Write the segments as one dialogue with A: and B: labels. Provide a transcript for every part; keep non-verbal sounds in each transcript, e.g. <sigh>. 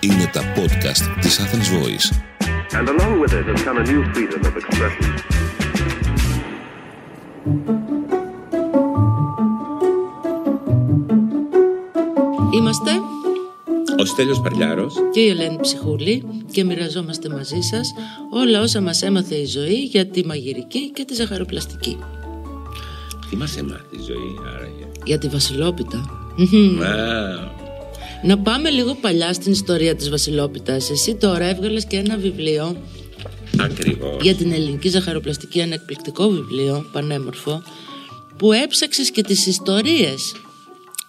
A: Είναι τα podcast της Athens Voice.
B: And along with it has come a new freedom of expression.
C: Είμαστε
D: Ο Στέλιος Παρλιάρος
C: και η Ελένη Ψυχούλη και μοιραζόμαστε μαζί σας όλα όσα μας έμαθε η ζωή για τη μαγειρική και τη ζαχαροπλαστική.
D: Τι μας έμαθε η ζωή άραγε
C: Για τη βασιλόπιτα.
D: Μα,
C: Να πάμε λίγο παλιά στην ιστορία της βασιλόπιτας. Εσύ τώρα έβγαλες και ένα βιβλίο
D: Ακριβώς
C: για την ελληνική ζαχαροπλαστική, ένα εκπληκτικό βιβλίο, πανέμορφο, που έψαξες και τις ιστορίες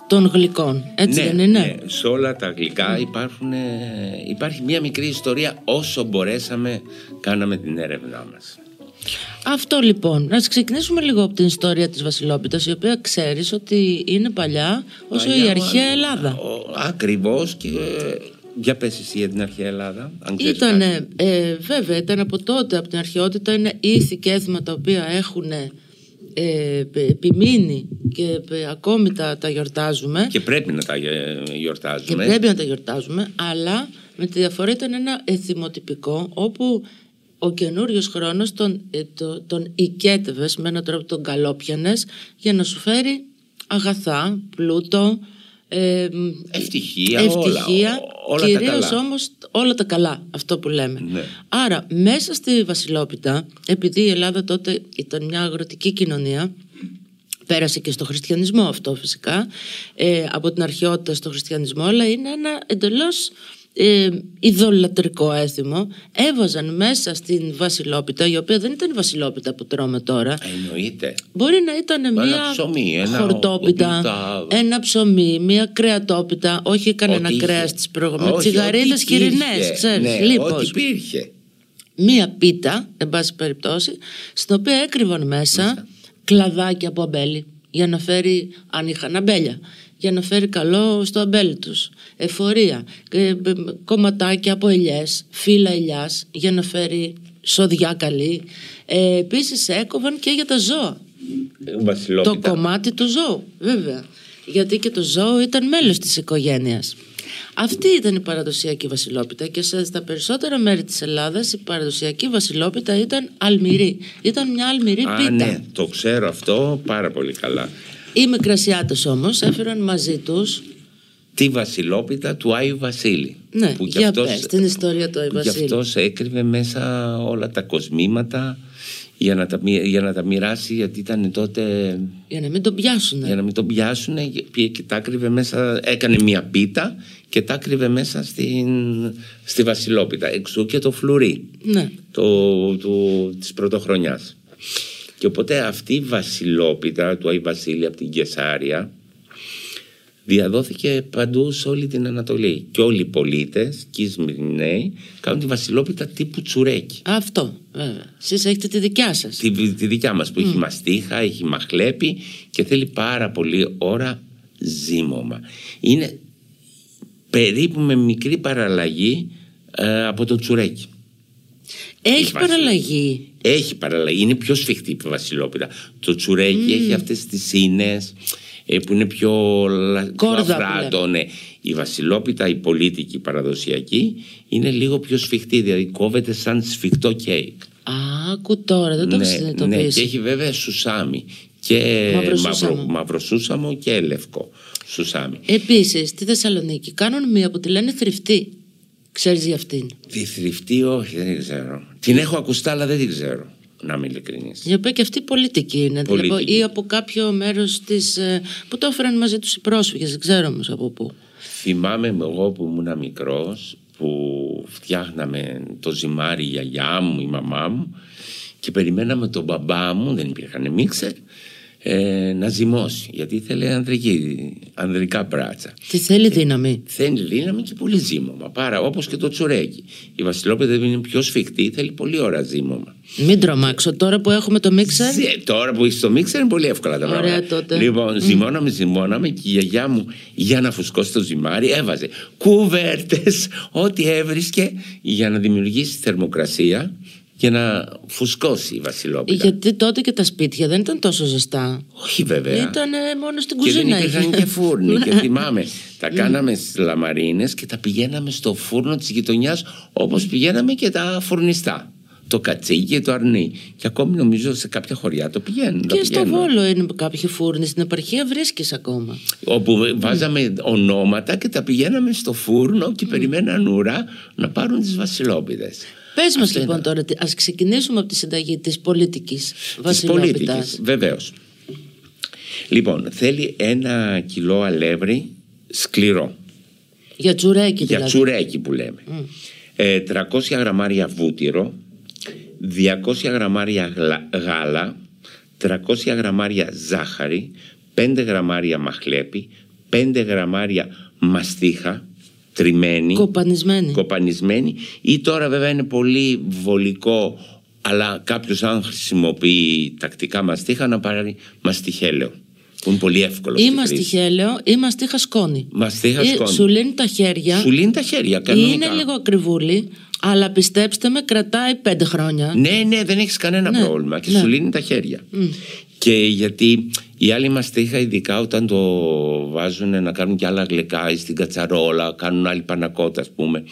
C: των γλυκών. Έτσι δεν είναι.
D: ναι, σε όλα τα γλυκά υπάρχουν, ε, υπάρχει μια μικρή ιστορία όσο μπορέσαμε κάναμε την έρευνά μας.
C: Αυτό λοιπόν, να ξεκινήσουμε λίγο από την ιστορία της Βασιλόπιτας η οποία ξέρεις ότι είναι παλιά όσο η
D: Παλιά,
C: αρχαία
D: ο-
C: Ελλάδα.
D: ο- Ακριβώς και ε, για πες εσύ για την αρχαία Ελλάδα αν ξέρεις κάτι.
C: Ήτανε, ε, βέβαια, ήταν από τότε, από την αρχαιότητα, είναι ήθη και έθιμα τα οποία έχουν ε, πε- επιμείνει και ε, ακόμη τα, τα γιορτάζουμε
D: Και πρέπει να τα ε,
C: και
D: γιορτάζουμε
C: πρέπει να τα γιορτάζουμε, αλλά με τη διαφορά ήταν ένα εθιμοτυπικό όπου ο καινούριος χρόνος τον, ε, το- τον οικέτευες με έναν τρόπο τον καλόπιανες για να σου φέρει αγαθά, πλούτο, ε, μ,
D: Ευτυχία,
C: ευτυχία,
D: όλα, όλα τα
C: κυρίως
D: καλά.
C: όμως όλα τα καλά, αυτό που λέμε.
D: Ναι.
C: Άρα μέσα στη Βασιλόπιτα, επειδή η Ελλάδα τότε ήταν μια αγροτική κοινωνία, πέρασε και στο χριστιανισμό αυτό φυσικά, ε, από την αρχαιότητα στο χριστιανισμό, αλλά είναι ένα εντελώς ε, ειδωλατρικό έθιμο. Έβαζαν μέσα στην Βασιλόπιτα, η οποία δεν ήταν η Βασιλόπιτα που τρώμε τώρα,
D: Εννοείται
C: Μπορεί να ήταν
D: Ένα
C: μια
D: ψωμί, ένα
C: χορτόπιτα,
D: οπιτα.
C: ένα ψωμί, μια κρεατόπιτα. Όχι κανένα
D: Ό,τι είχε.
C: κρέας της προηγούμενη.
D: Όχι,
C: Τσιγαρίδες
D: ό,τι
C: χοιρινέ,
D: υπήρχε.
C: ξέρεις.
D: Ναι,
C: λοιπόν,
D: Ό,τι υπήρχε
C: μια πίτα, εν πάση περιπτώσει, στην οποία έκρυβαν μέσα κλαδάκια από αμπέλι. Για να φέρει, αν είχαν αμπέλια, για να φέρει καλό στο αμπέλι τους. Εφορία, ε, ε, κομματάκια από ελιές, φύλλα ελιάς, για να φέρει σοδιά καλή. Ε, Επίσης έκοβαν και για τα ζώα. Το
D: Βασιλόπιτα
C: κομμάτι του ζώου, βέβαια. Γιατί και το ζώο ήταν μέλος της οικογένειας. Αυτή ήταν η παραδοσιακή βασιλόπιτα και σε- στα περισσότερα μέρη της Ελλάδας η παραδοσιακή βασιλόπιτα ήταν αλμυρή. Ήταν μια αλμυρή
D: Α,
C: πίτα.
D: ναι, το ξέρω αυτό πάρα πολύ καλά.
C: Οι μικρασιάτες όμως έφεραν μαζί τους
D: Τη βασιλόπιτα του Άιου Βασίλη.
C: ναι,
D: που κι
C: για
D: αυτός-
C: πες, την ιστορία του Άι
D: που κι αυτός έκρυβε μέσα όλα τα κοσμήματα για να τα, μοι- για να τα μοιράσει γιατί ήταν τότε
C: Για να μην τον πιάσουν.
D: για να μην τον πιάσουν και τα κρύβε μέσα, έκανε μια πίτα και τα κρύβε μέσα στην, στη Βασιλόπιτα. Εξού και το φλουρί
C: Ναι.
D: το, του, της πρωτοχρονιάς. Και οπότε αυτή η βασιλόπιτα του Άι Βασίλη από την Κεσάρια διαδόθηκε παντού σε όλη την Ανατολή. Και όλοι οι πολίτες και οι Σμυρνέοι κάνουν τη βασιλόπιτα τύπου τσουρέκι.
C: Αυτό, βέβαια. Εσείς έχετε τη δικιά σας.
D: Τη, τη δικιά μας που έχει μαστίχα, έχει μαχλέπι και θέλει πάρα πολύ ώρα ζύμωμα. Είναι περίπου με μικρή παραλλαγή ε, από το τσουρέκι.
C: Έχει
D: βασιλ-
C: παραλλαγή.
D: Έχει παραλλαγή. Είναι πιο σφιχτή η βασιλόπιτα. Το τσουρέκι έχει αυτές τις ίνε ε, που είναι πιο λα- πιο
C: Κόρδα που
D: αφράτο, ναι. Η βασιλόπιτα, η πολίτικη, η παραδοσιακή, είναι λίγο πιο σφιχτή. Δηλαδή κόβεται σαν σφιχτό κέικ.
C: Α, Άκου τώρα, δεν το έχω
D: ναι. Και
C: συνειδητοποιήσει.
D: έχει βέβαια σουσάμι. Και
C: Μαυροσούσαμο.
D: μαυρο- μαυροσούσαμο και λευκό σουσάμι.
C: Επίσης, στη Θεσσαλονίκη κάνουν μία που τη λένε θρηφτή. Ξέρεις για αυτήν.
D: Τη θρηφτή, όχι, δεν την ξέρω. Την έχω ακουστά, αλλά δεν την ξέρω. Να είμαι ειλικρινή.
C: Η οποία και αυτή πολιτική είναι. δηλαδή,
D: Πολιτική.
C: ή από κάποιο μέρος της. που το έφεραν μαζί τους οι πρόσφυγες, δεν ξέρω όμως από πού.
D: Θυμάμαι εγώ που ήμουν μικρός που φτιάχναμε το ζυμάρι η γιαγιά μου, η μαμά μου και περιμέναμε τον μπαμπά μου, δεν υπήρχαν μίξερ, ε, να ζυμώσει γιατί ήθελε ανδρική, ανδρικά μπράτσα.
C: Τη θέλει δύναμη.
D: Θέλει δύναμη και πολύ ζύμωμα, πάρα όπως και το τσουρέκι. Η βασιλόπιτα είναι πιο σφιχτή, θέλει πολύ ώρα ζύμωμα.
C: Μην τρομάξω τώρα που έχουμε το μίξερ.
D: Ζε- Τώρα που έχεις το μίξερ είναι πολύ εύκολα τα
C: Ωραία
D: πράγματα.
C: τότε.
D: Λοιπόν, ζυμώναμε, ζυμώναμε και η γιαγιά μου για να φουσκώσει το ζυμάρι έβαζε κούβερτε, ό,τι έβρισκε για να δημιουργήσει θερμοκρασία για να φουσκώσει η Βασιλόπουλα.
C: Γιατί τότε και τα σπίτια δεν ήταν τόσο ζεστά.
D: Όχι βέβαια.
C: Ήταν μόνο στην
D: Ε. Και δεν
C: κουζίνα.
D: υπήρχαν
C: είχε.
D: και
C: <laughs>
D: φούρνοι.
C: Ναι.
D: και θυμάμαι, τα κάναμε στις λαμαρίνες και τα πηγαίναμε στο φούρνο της γειτονιάς όπως πηγαίναμε και τα φουρνιστά. Το κατσίκι και το αρνί. Και ακόμη νομίζω σε κάποια χωριά το πηγαίνουν. τα
C: Και στο
D: πηγαίνουν.
C: Βόλο είναι κάποιοι φούρνοι. Στην επαρχία βρίσκεις ακόμα.
D: Όπου βάζαμε ονόματα και τα πηγαίναμε στο φούρνο και περιμέναν ουρά να πάρουν τις βασιλόπιδες.
C: Πες μας
D: Αυτή
C: λοιπόν
D: είναι.
C: τώρα, ας ξεκινήσουμε από τη συνταγή της πολιτικής
D: Της
C: βασιλόπιτας.
D: πολίτικης, βεβαίως. Λοιπόν, θέλει ένα κιλό αλεύρι σκληρό.
C: Για τσουρέκι
D: Για
C: δηλαδή.
D: τσουρέκι που λέμε. Ε, 300 γραμμάρια βούτυρο, 200 γραμμάρια γλα- γάλα, 300 γραμμάρια ζάχαρη, 5 γραμμάρια μαχλέπι, 5 γραμμάρια μαστίχα, τριμμένη,
C: Κοπανισμένη.
D: κοπανισμένη ή τώρα βέβαια είναι πολύ βολικό αλλά κάποιος αν χρησιμοποιεί τακτικά μαστίχα να πάρει μαστιχέλαιο που είναι πολύ εύκολο στη
C: Ή μαστιχέλαιο ή μαστίχα σκόνη.
D: Μαστίχα
C: Ή
D: σκόνη.
C: Ε, Σου λύνει τα χέρια.
D: Σου λύνει τα χέρια κανονικά.
C: Είναι λίγο ακριβούλη, αλλά πιστέψτε με, κρατάει πέντε χρόνια.
D: Ναι, ναι, δεν έχεις κανένα
C: Ναι,
D: πρόβλημα και
C: ναι.
D: σου λύνει τα χέρια. Και γιατί η άλλη μαστίχα, ειδικά όταν το βάζουν να κάνουν και άλλα γλυκά ή στην κατσαρόλα, κάνουν άλλη πανακότα, ας πούμε.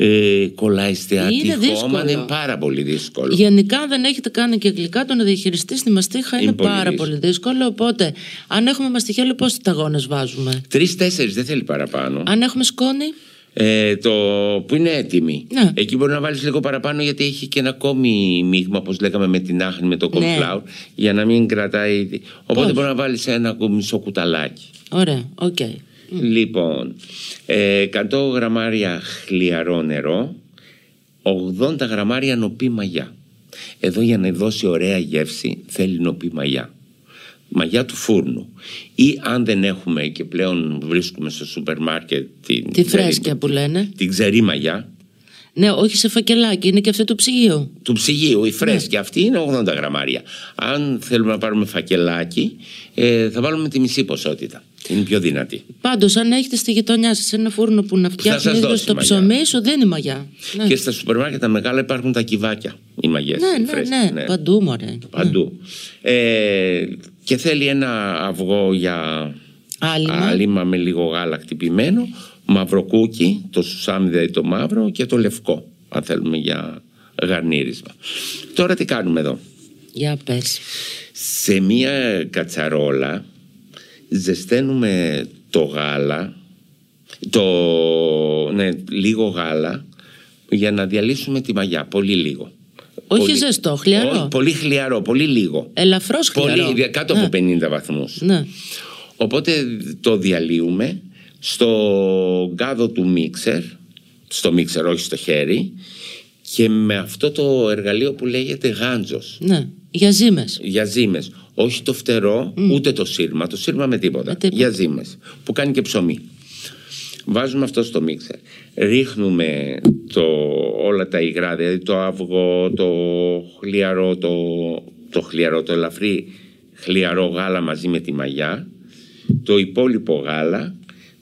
D: Ε, κολλάει στη
C: Είναι δύσκολο.
D: είναι πάρα πολύ δύσκολο.
C: Γενικά, αν δεν έχετε κάνει και γλυκά, το να διαχειριστεί τη μαστίχα είναι,
D: Είναι πολύ
C: πάρα
D: δύσκολο.
C: πολύ δύσκολο. Οπότε, αν έχουμε μαστιχέλαιο, πόσε ταγόνε βάζουμε.
D: Τρει-τέσσερι, δεν θέλει παραπάνω.
C: Αν έχουμε σκόνη,
D: Ε, το που είναι έτοιμη.
C: Ναι.
D: Εκεί μπορεί να βάλεις λίγο παραπάνω γιατί έχει και ένα ακόμη μείγμα, όπως λέγαμε με την άχνη, με το κομφλάουρ, για να μην κρατάει. Οπότε
C: Ναι. Πώς?
D: μπορεί να βάλεις ένα ακόμη μισό κουταλάκι.
C: ωραία, οκ.
D: Λοιπόν, ε, 100 γραμμάρια χλιαρό νερό, 80 γραμμάρια νοπή μαγιά. Εδώ για να δώσει ωραία γεύση θέλει νοπή μαγιά. Μαγιά του φούρνου. Ή αν δεν έχουμε και πλέον βρίσκουμε στο σούπερ μάρκετ την,
C: Τη φρέσκια που λένε.
D: την ξερή μαγιά
C: Ναι, όχι σε φακελάκι, είναι και αυτό του ψυγείου.
D: του ψυγείου,
C: Ναι.
D: η φρέσκια αυτή είναι 80 γραμμάρια. Αν θέλουμε να πάρουμε φακελάκι, ε, θα βάλουμε τη μισή ποσότητα. Είναι πιο δυνατή.
C: Πάντως, αν έχετε στη γειτονιά σας ένα φούρνο που να φτιάχνει
D: σας
C: ίδιο
D: δώσει
C: το
D: μαγιά.
C: ψωμί, σου δίνει μαγιά. Ναι,
D: Και στα σούπερ μάρκετ τα μεγάλα υπάρχουν τα κυβάκια, οι μαγιές.
C: ναι,
D: οι
C: ναι,
D: φρέσκες,
C: ναι, παντού Ναι. μωρέ.
D: Παντού. Ε, και θέλει ένα αυγό για
C: Άλυμα.
D: άλυμα με λίγο γάλα χτυπημένο, μαύρο κούκι, το σουσάμι δηλαδή το μαύρο και το λευκό, αν θέλουμε για γαρνίρισμα. Τώρα τι κάνουμε εδώ.
C: Για πες.
D: Σε μία κατσαρόλα ζεσταίνουμε το γάλα, το, ναι, λίγο γάλα, για να διαλύσουμε τη μαγιά, πολύ λίγο.
C: Όχι ζεστό, χλιαρό.
D: Όχι, πολύ χλιαρό, πολύ λίγο.
C: Ελαφρώς χλιαρό.
D: Πολύ, κάτω
C: ναι.
D: από 50 βαθμούς.
C: Ναι.
D: Οπότε το διαλύουμε στο γκάδο του μίξερ, στο μίξερ όχι στο χέρι, και με αυτό το εργαλείο που λέγεται γάντζος.
C: ναι. Για ζήμε.
D: Για ζύμες. Όχι το φτερό, ούτε το σύρμα. Το σύρμα με τίποτα.
C: Με τίποτα.
D: Για ζύμες. Που κάνει και ψωμί. Βάζουμε αυτό στο μίξερ. Ρίχνουμε το, όλα τα υγρά, δηλαδή το αυγό, το χλιαρό, το, το χλιαρό, το ελαφρύ χλιαρό γάλα μαζί με τη μαγιά, το υπόλοιπο γάλα,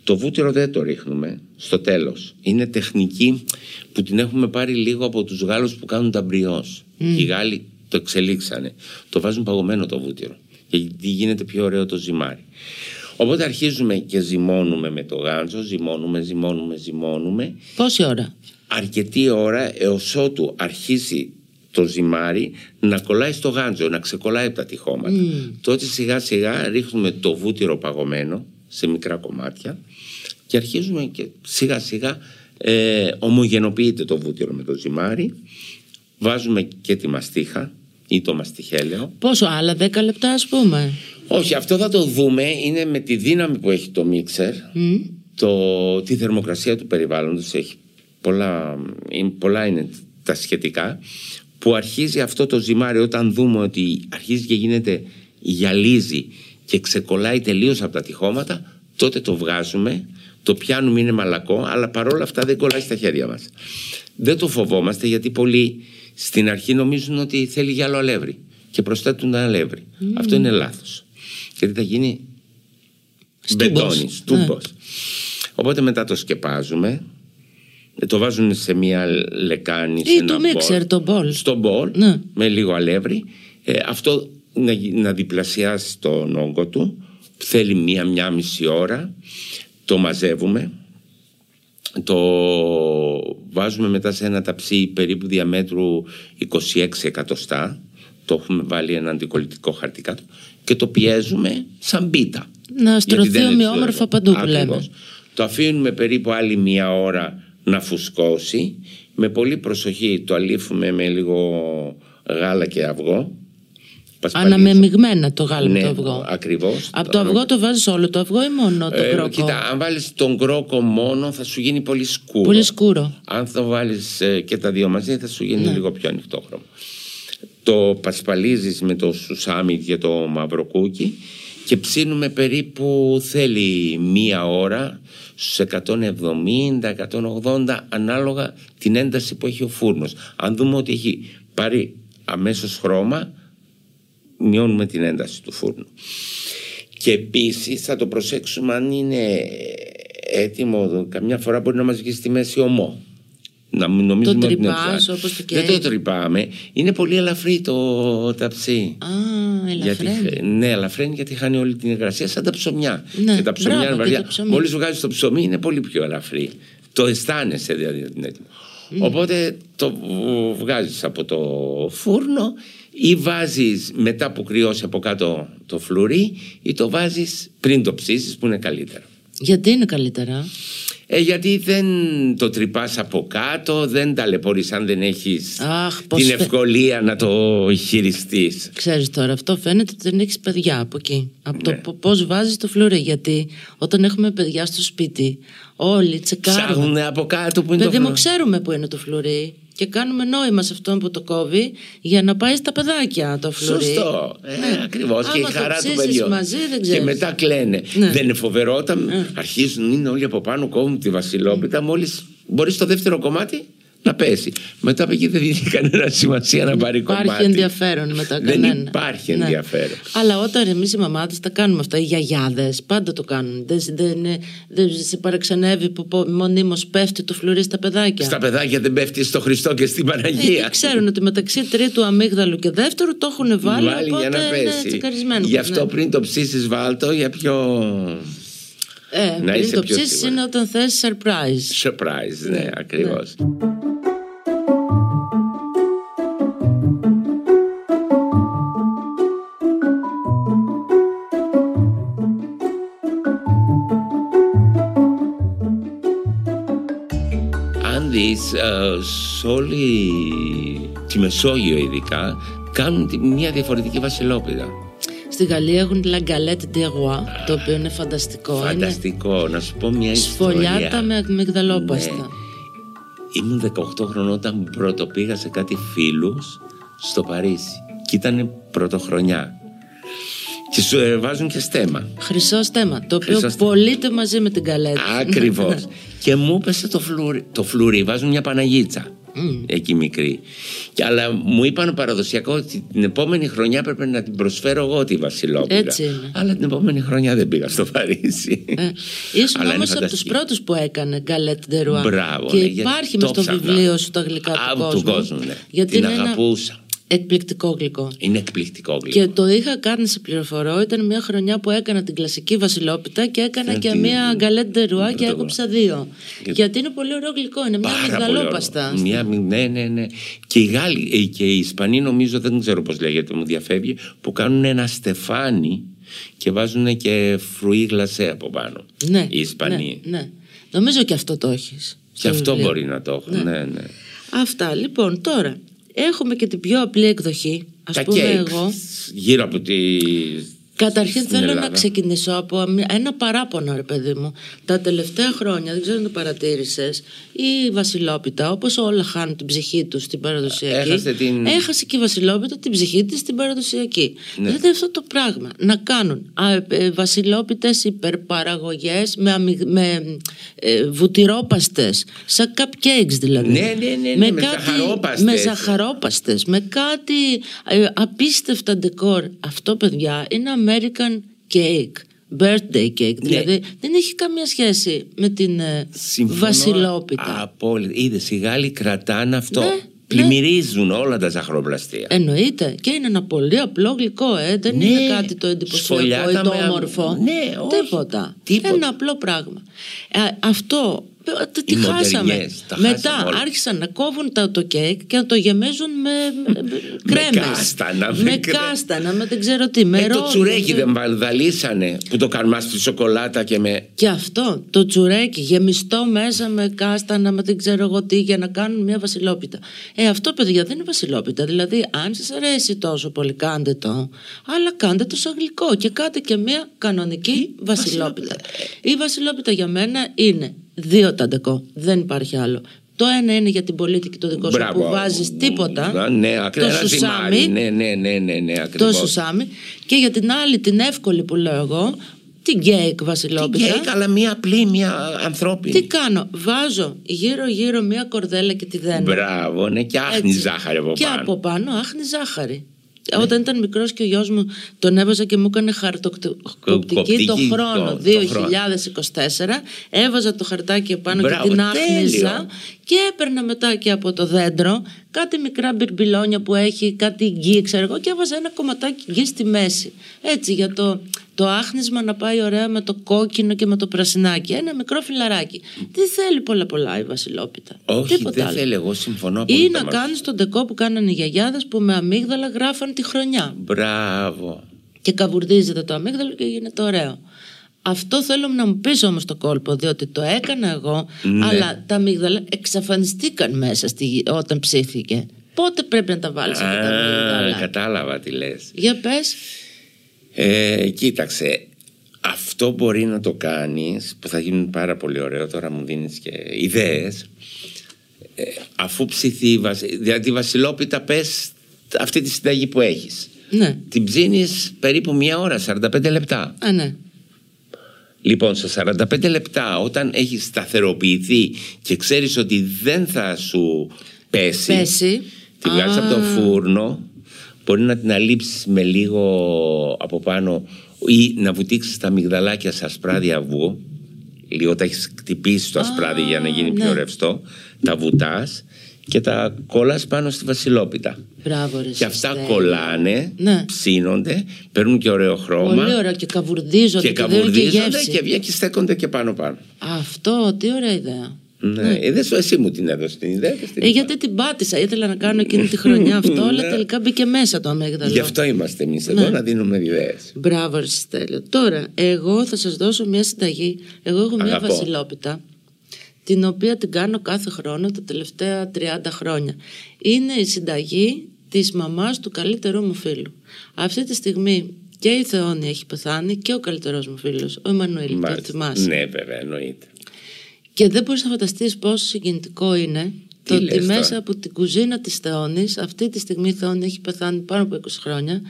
D: το βούτυρο δεν το ρίχνουμε στο τέλος. Είναι τεχνική που την έχουμε πάρει λίγο από τους Γάλλους που κάνουν τα μπριός. Οι Γάλλοι το εξελίξανε. Το βάζουν παγωμένο το βούτυρο. Γιατί γίνεται πιο ωραίο το ζυμάρι. Οπότε αρχίζουμε και ζυμώνουμε με το γάντζο, ζυμώνουμε, ζυμώνουμε, ζυμώνουμε.
C: Πόση ώρα.
D: Αρκετή ώρα έως ότου αρχίσει το ζυμάρι να κολλάει στο γάντζο, να ξεκολλάει από τα τυχώματα. Τότε σιγά σιγά ρίχνουμε το βούτυρο παγωμένο σε μικρά κομμάτια και αρχίζουμε και σιγά σιγά ε, ομογενοποιείται το βούτυρο με το ζυμάρι. Βάζουμε και τη μαστίχα ή το μαστιχέλαιο.
C: Πόσο άλλα, 10 λεπτά ας πούμε.
D: Όχι, αυτό θα το δούμε. Είναι με τη δύναμη που έχει το μίξερ, το, τη θερμοκρασία του περιβάλλοντος έχει. Πολλά είναι, πολλά είναι τα σχετικά που αρχίζει αυτό το ζυμάρι όταν δούμε ότι αρχίζει και γίνεται γυαλίζει και ξεκολλάει τελείως από τα τυχώματα τότε το βγάζουμε, το πιάνουμε είναι μαλακό αλλά παρόλα αυτά δεν κολλάει στα χέρια μας. Δεν το φοβόμαστε γιατί πολλοί στην αρχή νομίζουν ότι θέλει γυαλό αλεύρι και προσθέτουν ένα αλεύρι. Αυτό είναι λάθος. Γιατί θα γίνει
C: Στούμπος. Ναι.
D: μπετόνι, στούμπος. Οπότε μετά το σκεπάζουμε, Ε, Το βάζουν σε μια λεκάνη, σε
C: Ή
D: ένα
C: το μίξερ,
D: μπολ.
C: Ε, το μπολ.
D: Στο μπολ,
C: Ναι.
D: με λίγο αλεύρι. Ε, αυτό να, γι- να διπλασιάσει τον όγκο του. Θέλει μία-μία μισή ώρα. Το μαζεύουμε. Το βάζουμε μετά σε ένα ταψί περίπου διαμέτρου 26 εκατοστά. Το έχουμε βάλει ένα αντικολλητικό χαρτί κάτω και το πιέζουμε σαν πίτα.
C: Να στρωθεί
D: Γιατί δεν είναι
C: ομοιόμορφα
D: ψηλό.
C: παντού που λέμε.
D: Ακριβώς. Το αφήνουμε περίπου άλλη μία ώρα να φουσκώσει. Με πολύ προσοχή το αλήφουμε με λίγο γάλα και αυγό. Πασπαλίζω.
C: Αναμεμειγμένα το γάλα με
D: Ναι,
C: το αυγό.
D: ακριβώς.
C: Από το αυγό το βάζεις όλο το αυγό ή μόνο το
D: Ε,
C: κρόκο.
D: Κοίτα, αν βάλεις τον κρόκο μόνο θα σου γίνει πολύ σκούρο.
C: Πολύ σκούρο.
D: Αν το βάλεις ε, και τα δύο μαζί θα σου γίνει λίγο πιο ανοιχτό χρώμα. Το πασπαλίζεις με το σουσάμι και το μαύρο κούκι και ψήνουμε περίπου θέλει μία ώρα στους 170-180 ανάλογα την ένταση που έχει ο φούρνος. Αν δούμε ότι έχει πάρει αμέσως χρώμα μειώνουμε την ένταση του φούρνου. Και επίσης θα το προσέξουμε αν είναι έτοιμο. Καμιά φορά μπορεί να μα βγει στη μέση ομό. Να μην νομίζουμε ότι είναι
C: τρυπάς,
D: ψάρι.
C: όπως το
D: Δεν το
C: κέικ.
D: τρυπάμε. Είναι πολύ ελαφρύ το ταψί.
C: Α, ελαφραίνει.
D: Γιατί, ναι, ελαφραίνει γιατί χάνει όλη την υγρασία, σαν τα ψωμιά.
C: Ναι,
D: και τα ψωμιά
C: μπράβο,
D: είναι
C: και
D: βαριά.
C: τα ψωμιά.
D: Μόλις βγάζεις το ψωμί είναι πολύ πιο ελαφρύ. Το αισθάνεσαι δηλαδή ότι είναι έτοιμο. Οπότε το βγάζεις από το φούρνο ή βάζεις μετά που κρυώσει από κάτω το φλουρί ή το βάζεις πριν το ψήσεις που είναι καλύτερο.
C: Γιατί είναι καλύτερα.
D: Ε, γιατί δεν το τρυπάς από κάτω, δεν ταλαιπωρείς αν δεν έχεις
C: Αχ, πώς
D: την
C: θε-
D: ευκολία να το χειριστείς.
C: Ξέρεις τώρα, αυτό φαίνεται ότι δεν έχεις παιδιά από εκεί. Από
D: Ναι.
C: το πώς βάζεις το φλουρί. Γιατί όταν έχουμε παιδιά στο σπίτι, όλοι τσεκάρουν.
D: Ψάχνουν από κάτω που είναι
C: Παιδί
D: το
C: μου,
D: φλουρί.
C: ξέρουμε που είναι το φλουρί. Και κάνουμε νόημα σε αυτόν που το κόβει για να πάει στα παιδάκια το φλουρί.
D: Σωστό. Ε, Ακριβώ.
C: Ναι. Άμα
D: Και η
C: το
D: χαρά του
C: ψήσεις
D: παιδιού.
C: μαζί, δεν
D: και
C: ξέρεις.
D: μετά κλαίνε.
C: Ναι.
D: Δεν είναι φοβερό όταν αρχίζουν, είναι όλοι από πάνω, κόβουν τη Βασιλόπιτα.
C: Ναι.
D: Μόλις μπορείς στο δεύτερο κομμάτι να πέσει. Μετά από εκεί δεν δίνει κανένα σημασία να πάρει
C: Υπάρχει
D: κομμάτι.
C: ενδιαφέρον μετά
D: Δεν
C: κανένα.
D: υπάρχει
C: Ναι.
D: ενδιαφέρον.
C: Αλλά όταν εμείς οι μαμάδες τα κάνουμε αυτά, οι γιαγιάδες πάντα το κάνουν. Δεν, δεν, δεν σε παραξενεύει που μονίμως πέφτει το φλουρί στα παιδάκια.
D: Στα παιδάκια δεν πέφτει στο Χριστό και στην
C: Ε,
D: Παναγία.
C: και ξέρουν ότι μεταξύ τρίτου αμύγδαλου και δεύτερου το έχουν βάλει,
D: Βάλει
C: οπότε
D: για να
C: είναι
D: πέσει.
C: τσεκαρισμένο.
D: Γι' αυτό
C: Ναι.
D: πριν το ψήσεις, βάλτο για πιο.
C: ε,
D: να
C: πριν
D: είσαι
C: το
D: πιο
C: ψήσεις
D: σίγουρη.
C: είναι όταν θες surprise.
D: Surprise, ναι, ακριβώς. Αν δεις, ε, σε όλη τη Μεσόγειο ειδικά, κάνουν τη- μια διαφορετική βασιλόπιδα.
C: Στη Γαλλία έχουν la galette de roi, το οποίο είναι φανταστικό.
D: Φανταστικό, να σου πω μια
C: Είναι
D: ιστορία.
C: σφολιάτα με αμυγδαλόπαστα.
D: Ναι. Ήμουν 18 χρονών όταν πρώτο πήγα σε κάτι φίλους στο Παρίσι. Και ήταν πρωτοχρονιά. Και σου ε, βάζουν και στέμα.
C: Χρυσό στέμα, το οποίο
D: Χρυσό στέμα.
C: πωλείται μαζί με την καλέτα.
D: Ακριβώς.
C: <laughs>
D: και μου έπεσε το φλουρί. Το φλουρί, βάζουν μια Παναγίτσα. Εκεί μικρή. Και, αλλά μου είπαν παραδοσιακό ότι την επόμενη χρονιά πρέπει να την προσφέρω εγώ τη Βασιλόπουλα.
C: Έτσι είναι.
D: Αλλά την επόμενη χρονιά δεν πήγα στο Παρίσι.
C: Ε, ήσουν
D: Αλλά είναι
C: όμως από τους
D: φανταστική.
C: πρώτους που έκανε Galette de Roi.
D: Μπράβο,
C: και
D: ναι, γιατί
C: υπάρχει
D: το
C: με στο
D: ψάχνα.
C: βιβλίο σου τα γλυκά
D: Α,
C: του
D: του
C: κόσμου.
D: κόσμου, ναι.
C: Γιατί
D: Την
C: είναι ένα
D: αγαπούσα.
C: εκπληκτικό γλυκό.
D: Είναι εκπληκτικό γλυκό.
C: Και το είχα κάνει σε πληροφορώ. Ήταν μια χρονιά που έκανα την κλασική Βασιλόπιτα και έκανα
D: Ε,
C: και
D: τι-
C: μια γκαλέτ ντερουά και
D: Μπράβο.
C: έκοψα δύο.
D: Και-
C: Γιατί είναι πολύ ωραίο γλυκό. Είναι μια
D: Πάρα πολύ
C: αμυγδαλόπαστα.
D: ωραίο. Μια, ναι, ναι, ναι. Και οι Γάλλοι ε, και οι Ισπανοί νομίζω, δεν ξέρω πώς λέγεται, μου διαφεύγει, που κάνουν ένα στεφάνι και βάζουν και φρουί γλασέ από πάνω.
C: Ναι,
D: Οι Ισπανοί.
C: Ναι, ναι. Νομίζω και αυτό το έχεις.
D: Και αυτό μπορεί να το έχουν. Ναι, ναι.
C: Αυτά. Λοιπόν, τώρα έχουμε και την πιο απλή εκδοχή. Ας
D: Τα
C: πούμε,
D: cakes
C: εγώ.
D: γύρω από τη.
C: Καταρχήν
D: στην
C: θέλω να
D: Ελλάδα.
C: ξεκινήσω από μια- ένα παράπονο, ρε παιδί μου. Τα τελευταία χρόνια, δεν ξέρω αν το παρατήρησες, η Βασιλόπιτα, όπως όλα χάνουν την ψυχή τους στην παραδοσιακή.
D: Έχασε την-
C: έχασε και η Βασιλόπιτα την ψυχή της στην παραδοσιακή.
D: Ναι.
C: Δηλαδή αυτό το πράγμα. Να κάνουν Βασιλόπιτες υπερπαραγωγές με, αμυγ- με ε, βουτυρόπαστες, σαν cupcakes δηλαδή.
D: Ναι, ναι, ναι, ναι, με ζαχαρόπαστες.
C: Με ζαχαρόπαστες, με κάτι ε, απίστευτα ντεκόρ. Αυτό, παιδιά, είναι American cake. birthday cake. Δηλαδή δεν έχει καμία σχέση με την ε,
D: Συμφωνώ
C: βασιλόπιτα.
D: Απόλυτα. Είδες, οι Γάλλοι κρατάνε αυτό.
C: Ναι, ναι.
D: Πλημμυρίζουν όλα τα ζαχαροπλαστεία. Ε,
C: Εννοείται. Και είναι ένα πολύ απλό γλυκό, ε. δεν
D: Ναι.
C: είναι κάτι το εντυπωσιακό ή
D: Σφολιάτα
C: το
D: με α-
C: όμορφο.
D: Ναι, όχι.
C: Τίποτα.
D: Τίποτα.
C: Ένα απλό πράγμα. Ε, αυτό ε, τι- τι
D: Οι
C: χάσαμε.
D: μοντεριές, τα
C: Μετά
D: χάσαμε όλα.
C: άρχισαν να κόβουν τα, το κέικ και να το γεμίζουν με με- με κρέμες.
D: κάστανα, με
C: Με
D: κρέ-
C: κάστανα, με δεν ξέρω τι. Με
D: Ε, το
C: ρόδι,
D: τσουρέκι
C: με-
D: δεν βαλδαλίσανε που το καρμά στη σοκολάτα και με.
C: και αυτό το τσουρέκι γεμιστό μέσα με κάστανα, με δεν ξέρω εγώ τι, για να κάνουν μια βασιλόπιτα. Ε, αυτό παιδιά δεν είναι βασιλόπιτα. Δηλαδή, αν σας αρέσει τόσο πολύ, κάντε το, αλλά κάντε το σαν γλυκό και κάντε και μια κανονική βασιλόπιτα. Η βασιλόπιτα για μένα είναι δύο ταντεκό. Δεν υπάρχει άλλο. Το ένα είναι για την πολίτικη το δικό σου
D: Μπράβο.
C: που βάζεις τίποτα.
D: Ναι, ακριβώ.
C: το
D: Ένα
C: σουσάμι.
D: ζυμάρι. Ναι, ναι, ναι, ναι, ναι
C: Το
D: ακριβώς.
C: σουσάμι. Και για την άλλη, την εύκολη που λέω εγώ, την γκέικ
D: Τι
C: βασιλόπιτα.
D: γκέικ, αλλά μία απλή, μία ανθρώπινη.
C: Τι κάνω, βάζω γύρω-γύρω μία κορδέλα και τη δένω.
D: Μπράβο, ναι, και άχνη
C: Έτσι.
D: ζάχαρη από
C: και
D: πάνω. Ναι.
C: από πάνω άχνη ζάχαρη. Όταν ήταν μικρός και ο γιος μου τον έβαζα και μου έκανε χαρτοκοπτική
D: Κοπτική,
C: το
D: το-
C: χρόνο
D: το
C: 2024. Έβαζα το χαρτάκι επάνω
D: Μπράβο,
C: και την
D: τέλειο.
C: άχνηζα και έπαιρνα μετά και από το δέντρο κάτι μικρά μπιρμπιλόνια που έχει, κάτι γκί, ξέρω εγώ, και έβαζα ένα κομματάκι γκί στη μέση. Έτσι, για το, το άχνισμα να πάει ωραία με το κόκκινο και με το πρασινάκι. Ένα μικρό φιλαράκι. Δεν θέλει πολλά πολλά η Βασιλόπιτα.
D: Όχι,
C: Τίποτα
D: δεν
C: άλλο.
D: θέλει, εγώ συμφωνώ
C: Ή
D: απόλυτα
C: να
D: μαζί σου.
C: κάνεις τον τεκό που κάνανε οι γιαγιάδες που με αμύγδαλα γράφαν τη χρονιά.
D: Μπράβο.
C: Και καβουρδίζεται το αμύγδαλο και γίνεται ωραίο. Αυτό θέλω να μου πεις όμως το κόλπο, διότι το έκανα εγώ,
D: Ναι.
C: αλλά τα αμύγδαλα εξαφανιστήκαν μέσα στη, γη- όταν ψήθηκε. Πότε πρέπει να τα βάλεις αυτά τα
D: Α,
C: αμύγδαλα.
D: κατάλαβα τι λες.
C: Για πες,
D: Ε, κοίταξε, αυτό μπορεί να το κάνεις, που θα γίνει πάρα πολύ ωραίο, τώρα μου δίνεις και ιδέες, ε, αφού ψηθεί, η βασι- δηλαδή τη βασιλόπιτα πες αυτή τη συνταγή που έχεις.
C: ναι,
D: Την ψήνεις περίπου μία ώρα, 45 λεπτά.
C: α ναι,
D: Λοιπόν, στα 45 λεπτά, όταν έχεις σταθεροποιηθεί και ξέρεις ότι δεν θα σου πέσει,
C: Πέσει.
D: τη βγάζεις
C: Α.
D: από το φούρνο, μπορεί να την αλείψεις με λίγο από πάνω ή να βουτήξεις τα μυγδαλάκια σε ασπράδι αυγού, λίγο τα έχεις χτυπήσει το ασπράδι για να γίνει πιο
C: ναι.
D: ρευστό, τα βουτάς και τα κολλάς πάνω στη βασιλόπιτα.
C: μπράβο ρε
D: Και αυτά
C: Στέλιο.
D: κολλάνε,
C: Ναι.
D: ψήνονται, παίρνουν και ωραίο χρώμα
C: Πολύ ωραίο και καβουρδίζονται
D: και
C: και, δίνουν και
D: καβουρδίζονται
C: γεύση.
D: και βγαίνει και στέκονται και πάνω πάνω.
C: Αυτό, τι ωραία ιδέα.
D: Ναι. Ε, δεν σου, εσύ μου την έδωσες την ιδέα. και στην
C: Ε, γιατί την πάτησα. Ήθελα να κάνω εκείνη τη χρονιά αυτό, αλλά
D: Ναι.
C: τελικά μπήκε μέσα το αμύγδαλο.
D: Γι' αυτό είμαστε εμείς εδώ
C: Ναι.
D: να δίνουμε ιδέες.
C: Μπράβο, ρε Στέλιο. Τώρα, εγώ θα σας δώσω μια συνταγή. Εγώ έχω μια
D: Αγαπώ.
C: βασιλόπιτα, την οποία την κάνω κάθε χρόνο τα τελευταία 30 χρόνια. Είναι η συνταγή της μαμάς του καλύτερου μου φίλου. Αυτή τη στιγμή και η Θεόνη έχει πεθάνει και ο καλύτερός μου φίλος, ο Εμμανουήλ, το θυμάσαι.
D: Ναι, βέβαια, εννοείται.
C: Και δεν μπορείς να φανταστείς πόσο συγκινητικό είναι
D: Τι
C: το ότι
D: λες τώρα?
C: μέσα από την κουζίνα της Θεόνης, αυτή τη στιγμή η Θεόνη έχει πεθάνει πάνω από 20 χρόνια,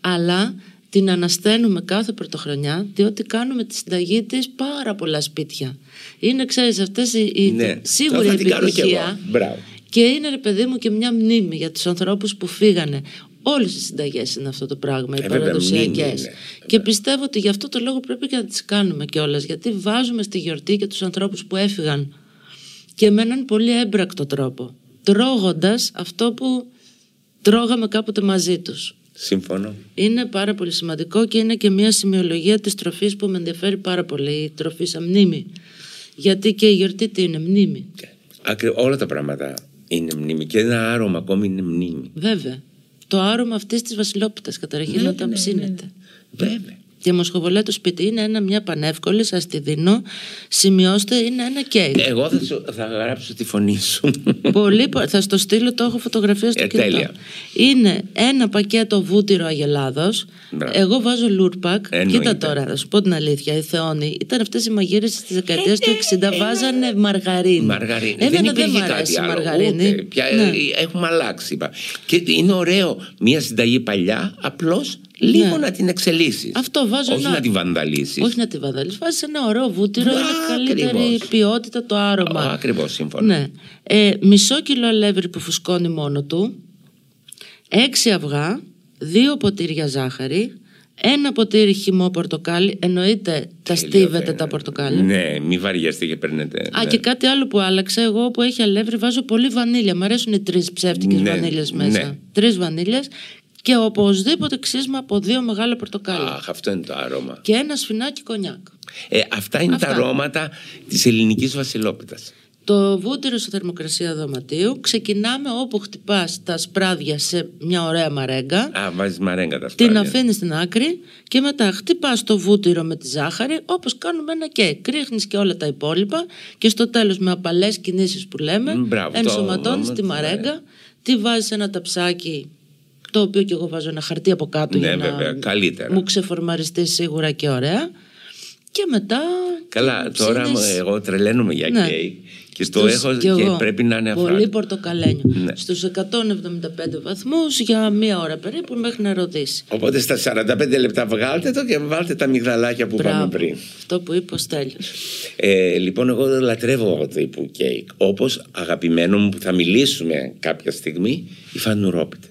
C: αλλά την ανασταίνουμε κάθε πρωτοχρονιά, διότι κάνουμε τη συνταγή της πάρα πολλά σπίτια. Είναι, ξέρεις, αυτές οι, οι
D: Ναι.
C: Λοιπόν, σίγουρη
D: Τώρα θα την κάνω κι εγώ.
C: επιτυχία.
D: Μπράβο.
C: Και είναι, ρε παιδί μου, και μια μνήμη για τους ανθρώπους που φύγανε. Όλες οι συνταγές είναι αυτό το πράγμα, οι
D: Ε, βέβαια, μνήμη
C: παραδοσιακές.
D: είναι.
C: Και πιστεύω ότι γι' αυτό το λόγο πρέπει και να τις κάνουμε κιόλας, γιατί βάζουμε στη γιορτή και τους ανθρώπους που έφυγαν και με έναν πολύ έμπρακτο τρόπο, τρώγοντας αυτό που τρώγαμε κάποτε μαζί τους.
D: Συμφωνώ.
C: Είναι πάρα πολύ σημαντικό και είναι και μια σημειολογία της τροφής που με ενδιαφέρει πάρα πολύ, η τροφή σαν μνήμη. Γιατί και η γιορτή τι είναι, μνήμη.
D: Ακρι... Όλα τα πράγματα είναι μνήμη. Και ένα άρωμα ακόμη είναι μνήμη.
C: Βέβαια. Το άρωμα αυτής της Βασιλόπιτας καταρχήν
D: Ναι,
C: όταν
D: ναι,
C: ψήνεται.
D: Βέβαια.
C: Και μοσχοβολέ το σπίτι είναι ένα, μια πανεύκολη, σας τη δίνω. Σημειώστε, είναι ένα κέικ.
D: Εγώ θα, σου, θα γράψω τη φωνή
C: <laughs>
D: σου.
C: Πολύ, πο- θα στο στείλω, το έχω φωτογραφία στο
D: Ε,
C: κινητό.
D: τέλεια.
C: Είναι ένα πακέτο βούτυρο Αγελάδος.
D: Μπράβο.
C: Εγώ βάζω λουρπακ.
D: Εννοείται.
C: Κοίτα τώρα, θα σου πω την αλήθεια. Η Θεόνη ήταν αυτές οι μαγείρες της δεκαετίας του 60. Βάζανε μαργαρίνη.
D: Μαργαρίνη.
C: Εμένα δεν,
D: δεν υπήρχε
C: μου
D: κάτι
C: αρέσει η
D: άλλο.
C: μαργαρίνη.
D: Ούτε. Πια, ε,
C: Ναι.
D: Έχουμε αλλάξει. Είπα. Και είναι ωραίο μια συνταγή παλιά, απλώς λίγο
C: Ναι.
D: να την εξελίσσεις.
C: Αυτό βάζω
D: Όχι
C: ένα-
D: να τη βανδαλίσεις.
C: Όχι να τη βαδαλείς, βάζεις ένα ωραίο βούτυρο,
D: Α,
C: είναι καλύτερη
D: ακριβώς.
C: ποιότητα το άρωμα.
D: Ακριβώς σύμφωνα.
C: Ναι. Ε, μισό κιλό αλεύρι που φουσκώνει μόνο του, έξι αυγά, δύο ποτήρια ζάχαρη, Ένα ποτήρι χυμό πορτοκάλι, εννοείται τα στίβετε τα πορτοκάλια.
D: Ναι, μη βαριέστε και παίρνετε.
C: Α, και κάτι άλλο που άλλαξα. Εγώ που έχει αλεύρι βάζω πολύ βανίλια. Μ' αρέσουν οι τρεις ψεύτικες
D: Ναι,
C: βανίλιες μέσα.
D: ναι.
C: Τρεις βανίλιες και οπωσδήποτε ξύσμα από δύο μεγάλα πορτοκάλια.
D: Αχ, αυτό είναι το άρωμα.
C: Και ένα σφινάκι κονιάκ.
D: Ε, αυτά είναι τα
C: Αυτά.
D: αρώματα της ελληνικής βασιλόπιτας.
C: Το βούτυρο στη θερμοκρασία δωματίου. Ξεκινάμε όπου χτυπάς τα σπράδια σε μια ωραία μαρέγκα.
D: Α, βάζεις μαρέγκα τα
C: Την
D: σπράδια.
C: αφήνεις στην άκρη και μετά χτυπάς το βούτυρο με τη ζάχαρη όπως κάνουμε ένα κέικ. Ρίχνει και όλα τα υπόλοιπα και στο τέλος με απαλές κινήσεις που λέμε
D: Μ, μπράβο, το
C: ενσωματώνεις
D: όνομα,
C: τη
D: ναι.
C: μαρέγκα, τη βάζεις σε ένα ταψάκι το οποίο και εγώ βάζω ένα χαρτί από κάτω
D: Ναι,
C: για να
D: βέβαια, καλύτερα.
C: μου ξεφορμαριστεί σίγουρα και ωραία. Και μετά.
D: Καλά, τώρα
C: ψήνεις-
D: εγώ τρελαίνομαι για
C: Ναι.
D: κέικ και το
C: στους-
D: έχω
C: κι
D: και,
C: εγώ.
D: πρέπει να είναι
C: Πολύ
D: αφράτο.
C: πορτοκαλένιο.
D: Ναι.
C: Στους 175 βαθμούς για μία ώρα περίπου μέχρι να ρωτήσει.
D: Οπότε στα 45 λεπτά βγάλτε το και βάλτε τα μυγδαλάκια που είπαμε πριν.
C: Αυτό που είπες ο Στέλιος.
D: Ε, λοιπόν, εγώ λατρεύω το υπου κέικ. Όπως αγαπημένο μου που θα μιλήσουμε κάποια στιγμή, οι φανουρόπιτες.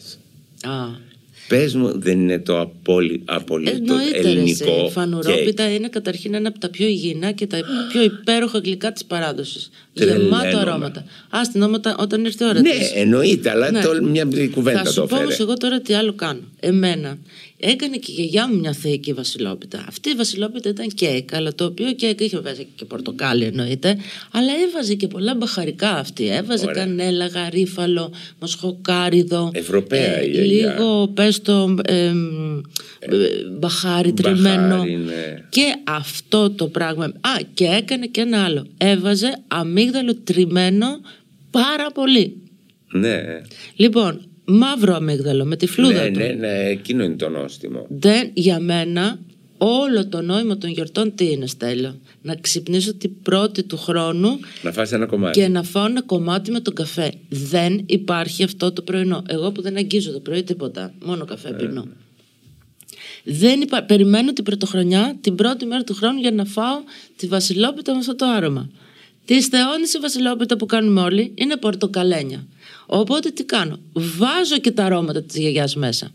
C: Α,
D: Πες μου, δεν είναι το απόλυ, απολύτω
C: Εννοείται ρε εσύ,
D: Ε, ελληνικό.
C: η φανουρόπιτα είναι καταρχήν ένα από τα πιο υγιεινά και τα πιο υπέροχα γλυκά της παράδοσης.
D: Τρελαίνομαι.
C: Γεμάτο αρώματα. Ας την όματα όταν ήρθε η ώρα
D: κέικ. Ναι,
C: της.
D: εννοείται, αλλά
C: Ναι.
D: το, μια κουβέντα
C: Θα σου
D: το
C: πω
D: φέρε.
C: όμως εγώ τώρα τι άλλο κάνω. Εμένα έκανε και η γιαγιά μου μια θεϊκή βασιλόπιτα. Αυτή η βασιλόπιτα ήταν κέικ, αλλά το οποίο κέικ είχε βέβαια και πορτοκάλι εννοείται, αλλά έβαζε και πολλά μπαχαρικά αυτή. Έβαζε
D: Ωραία.
C: κανέλα, γαρίφαλο, μοσχοκάριδο. ε,
D: Ευρωπαία η γιαγιά.
C: Λίγο, πες το, ε, μ, μπαχάρι τριμμένο.
D: ναι.
C: Και αυτό το πράγμα. Α, και έκανε και ένα άλλο. Έβαζε αμύγδαλο τριμμένο πάρα πολύ.
D: Ναι.
C: Λοιπόν, μαύρο αμύγδαλο με τη φλούδα
D: ναι,
C: του.
D: ναι, ναι, εκείνο είναι το νόστιμο.
C: Δεν, για μένα, όλο το νόημα των γιορτών τι είναι, Στέλιο. Να ξυπνήσω την πρώτη του χρόνου
D: Να φας ένα κομμάτι.
C: και να φάω ένα κομμάτι με τον καφέ. Δεν υπάρχει αυτό το πρωινό. Εγώ που δεν αγγίζω το πρωί τίποτα, μόνο καφέ πίνω. Δεν υπά... Περιμένω την πρωτοχρονιά, την πρώτη μέρα του χρόνου για να φάω τη βασιλόπιτα με αυτό το άρωμα. Της θεώνης η βασιλόπιτα που κάνουμε όλοι είναι πορτοκαλένια. Οπότε τι κάνω, βάζω και τα αρώματα της γιαγιάς μέσα.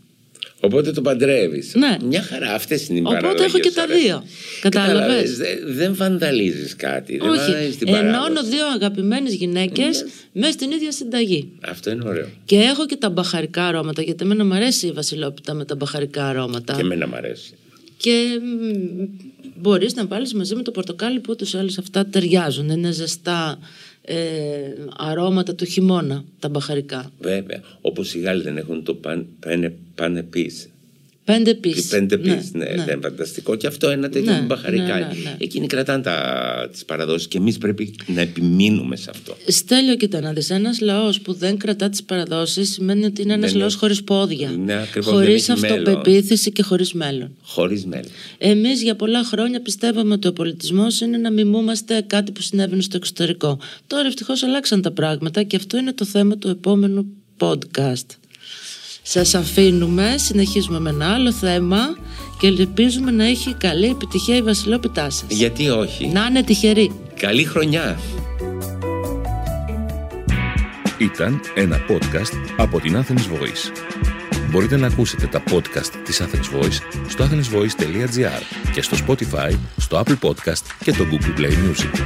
D: Οπότε το παντρεύεις.
C: Ναι.
D: Μια χαρά. Αυτές είναι οι
C: Οπότε
D: παραλλαγές,
C: έχω και τα
D: αρέσει.
C: δύο. Κατάλαβες.
D: Κατάλαβες, δε- δεν βανδαλίζει κάτι. Δεν βανδαλίζεις την
C: ενώνω
D: παράδοση.
C: δύο αγαπημένες γυναίκες μέσα στην ίδια συνταγή.
D: Αυτό είναι ωραίο.
C: Και έχω και τα μπαχαρικά αρώματα, γιατί εμένα μου αρέσει η βασιλόπιτα με τα μπαχαρικά αρώματα.
D: Και εμένα μου αρέσει.
C: Και μ, μπορείς να βάλεις μαζί με το πορτοκάλι που ούτως ή άλλως αυτά ταιριάζουν. Είναι ζεστά ε, αρώματα του χειμώνα τα μπαχαρικά.
D: Βέβαια. Όπως οι Γάλλοι δεν έχουν το παν, πάνε, πάνε πις.
C: Πέντε
D: Και
C: πις.
D: πέντε πις, ναι, ήταν φανταστικό. Και αυτό ένα τέτοιο
C: Ναι,
D: μπαχαρικά.
C: ναι, ναι, ναι.
D: Εκείνοι κρατάνε τα, τις παραδόσεις και εμείς πρέπει να επιμείνουμε σε αυτό.
C: Στέλιο, κοίτα να δεις, ένας λαός που δεν κρατά τις παραδόσεις σημαίνει ότι είναι ένας
D: Δεν
C: λαός
D: έχει-
C: χωρίς πόδια,
D: Ναι, ακριβώς,
C: χωρίς
D: δεν έχει μέλλον.
C: αυτοπεποίθηση και χωρίς μέλλον.
D: Χωρίς μέλη.
C: Εμείς για πολλά χρόνια πιστεύαμε ότι ο πολιτισμός είναι να μιμούμαστε κάτι που συνέβαινε στο εξωτερικό. Τώρα ευτυχώς αλλάξαν τα πράγματα και αυτό είναι το θέμα του επόμενου podcast. Σας αφήνουμε, συνεχίζουμε με ένα άλλο θέμα και ελπίζουμε να έχει καλή επιτυχία η βασιλόπιτά σας.
D: Γιατί όχι.
C: Να είναι τυχερή.
D: Καλή χρονιά.
A: Ήταν ένα podcast από την Athens Voice. Μπορείτε να ακούσετε τα podcast της Athens Voice στο athensvoice.gr και στο Spotify, στο Apple Podcast και το Google Play Music.